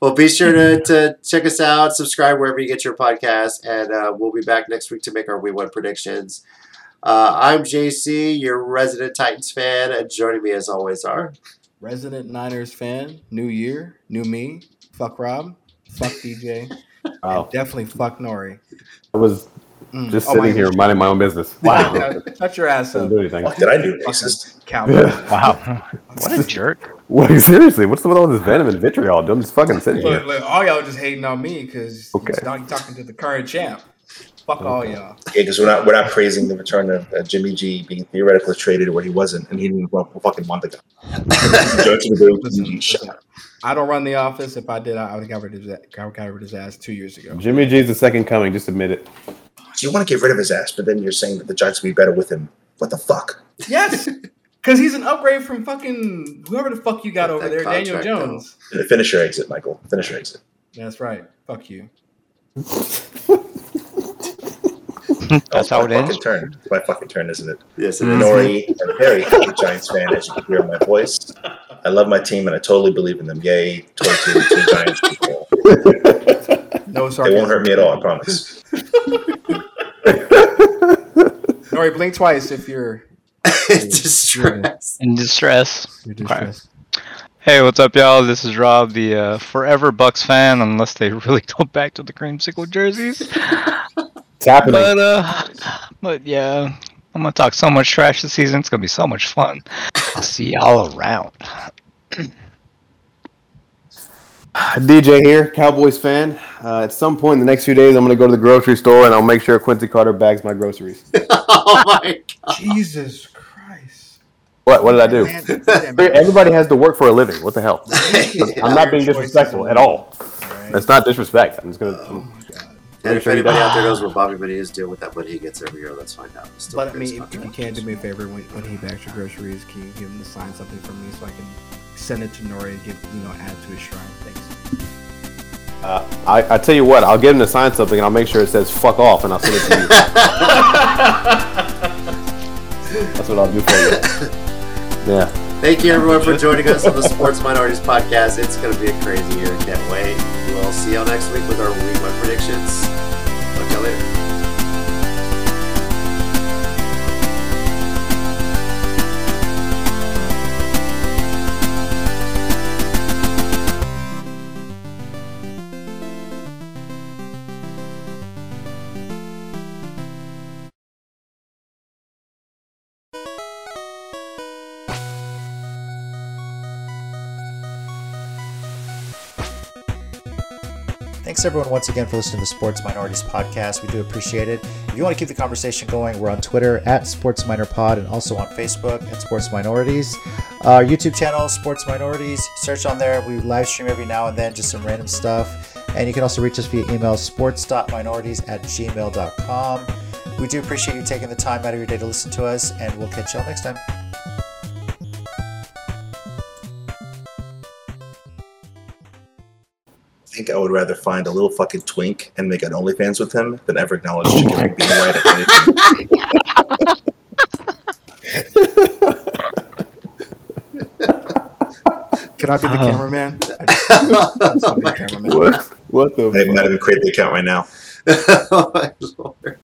A: Well, be sure to, to check us out, subscribe wherever you get your podcast, and uh, we'll be back next week to make our We One predictions. Uh, I'm JC, your resident Titans fan, and joining me as always are.
B: Resident Niners fan, new year, new me. Fuck Rob, fuck DJ,
E: Wow.
B: definitely fuck Nori.
E: I was
B: Mm.
E: just
B: Oh,
E: sitting
B: my-
E: here minding my own business.
B: Wow, shut your ass
E: Don't
B: up,
E: do anything.
C: What did I do? Racist.
B: cowboy.
D: Wow. What a jerk.
E: Wait, seriously, what's with all this venom and vitriol? I'm just fucking sitting
B: Look,
E: here.
B: look, all y'all just hating on me because
E: Okay.
B: now you're talking to the current champ. Fuck all y'all.
C: Yeah, because we're not we're not praising the return of uh, Jimmy G being theoretically traded where he wasn't, and he didn't run a fucking month ago. Joe to the booth,
B: Listen,
C: Jimmy G, shut
B: listen,
C: up.
B: I don't run the office. If I did, I would have got rid of his, got got rid of his ass two years ago.
E: Jimmy G's the second coming. Just admit it.
C: So you want to get rid of his ass, but then you're saying that the Giants would be better with him. What the fuck?
B: Yes, because he's an upgrade from fucking whoever the fuck you got
A: That
B: over there, Daniel
A: contract,
B: Jones.
C: Finish your exit, Michael. Finish your exit.
B: That's right. Fuck you.
C: Oh,
D: That's
C: it's
D: how
C: my
D: it ends. Mm-hmm.
C: fucking turn. It's my fucking turn, isn't it?
A: Yes, it
B: Mm-hmm.
A: is.
C: Nori, I'm a very happy Giants fan, as you can hear in my voice. I love my team, and I totally believe in them. Yay, 22 two Giants people.
B: No
C: They
B: sarcasm.
C: won't hurt me at all, I promise.
B: Nori, blink twice if you're
A: Distress.
D: In distress.
B: you're
D: distressed. Hey, what's up, y'all? This is Rob, the uh, forever Bucks fan, unless they really go back to the creamsicle jerseys.
E: It's happening.
D: But uh, but yeah, I'm gonna talk so much trash this season. It's gonna be so much fun. I'll see y'all around.
E: DJ Uh, here, Cowboys fan. Uh, at some point in the next few days, I'm going to go to the grocery store and I'll make sure Quincy Carter bags my groceries.
B: Mm-hmm.
A: oh my
B: Jesus Christ.
E: What? What did I do?
B: Man, damn it.
E: Everybody has to work for a living. What the hell?
A: god.
E: I'm not being disrespectful at all. That's not disrespect. I'm just going to.
A: And if
E: Sure you
A: anybody
E: don't.
A: out there knows what Bobby Money is doing with that money he gets every year, let's find out. It's still
B: But I
A: good
B: mean,
A: stuff.
B: if you can do me a favor when, when he bags your groceries, can you give him to sign something for me so I can send it to Nori and give you know add to his shrine? Thanks.
E: Uh, I, I tell you what, I'll get him to sign something and I'll make sure it says fuck off and I'll send it to you. That's what I'll do for you. Yeah.
A: Thank you everyone for joining us on the Sports Minorities Podcast. It's going to be a crazy year. Can't wait. We'll see y'all next week with our week one predictions. Talk to y'all later.
G: Thanks everyone once again for listening to the Sports Minorities Podcast. We do appreciate it. If you want to keep the conversation going, we're on Twitter at Sports Minor Pod and also on Facebook at Sports Minorities. Our YouTube channel, Sports Minorities, search on there. We live stream every now and then, just some random stuff. And you can also reach us via email, sports.minorities at gmail.com. We do appreciate you taking the time out of your day to listen to us, and we'll catch y'all next time.
C: They think I would rather find a little fucking twink and make an OnlyFans with him than ever acknowledge
D: Oh
C: Chicken Wing being right at anything.
B: Can I be the
D: Oh.
B: cameraman? I
A: oh
B: just be the cameraman.
E: What? What the?
C: I might even create the account right now.
A: Oh my lord.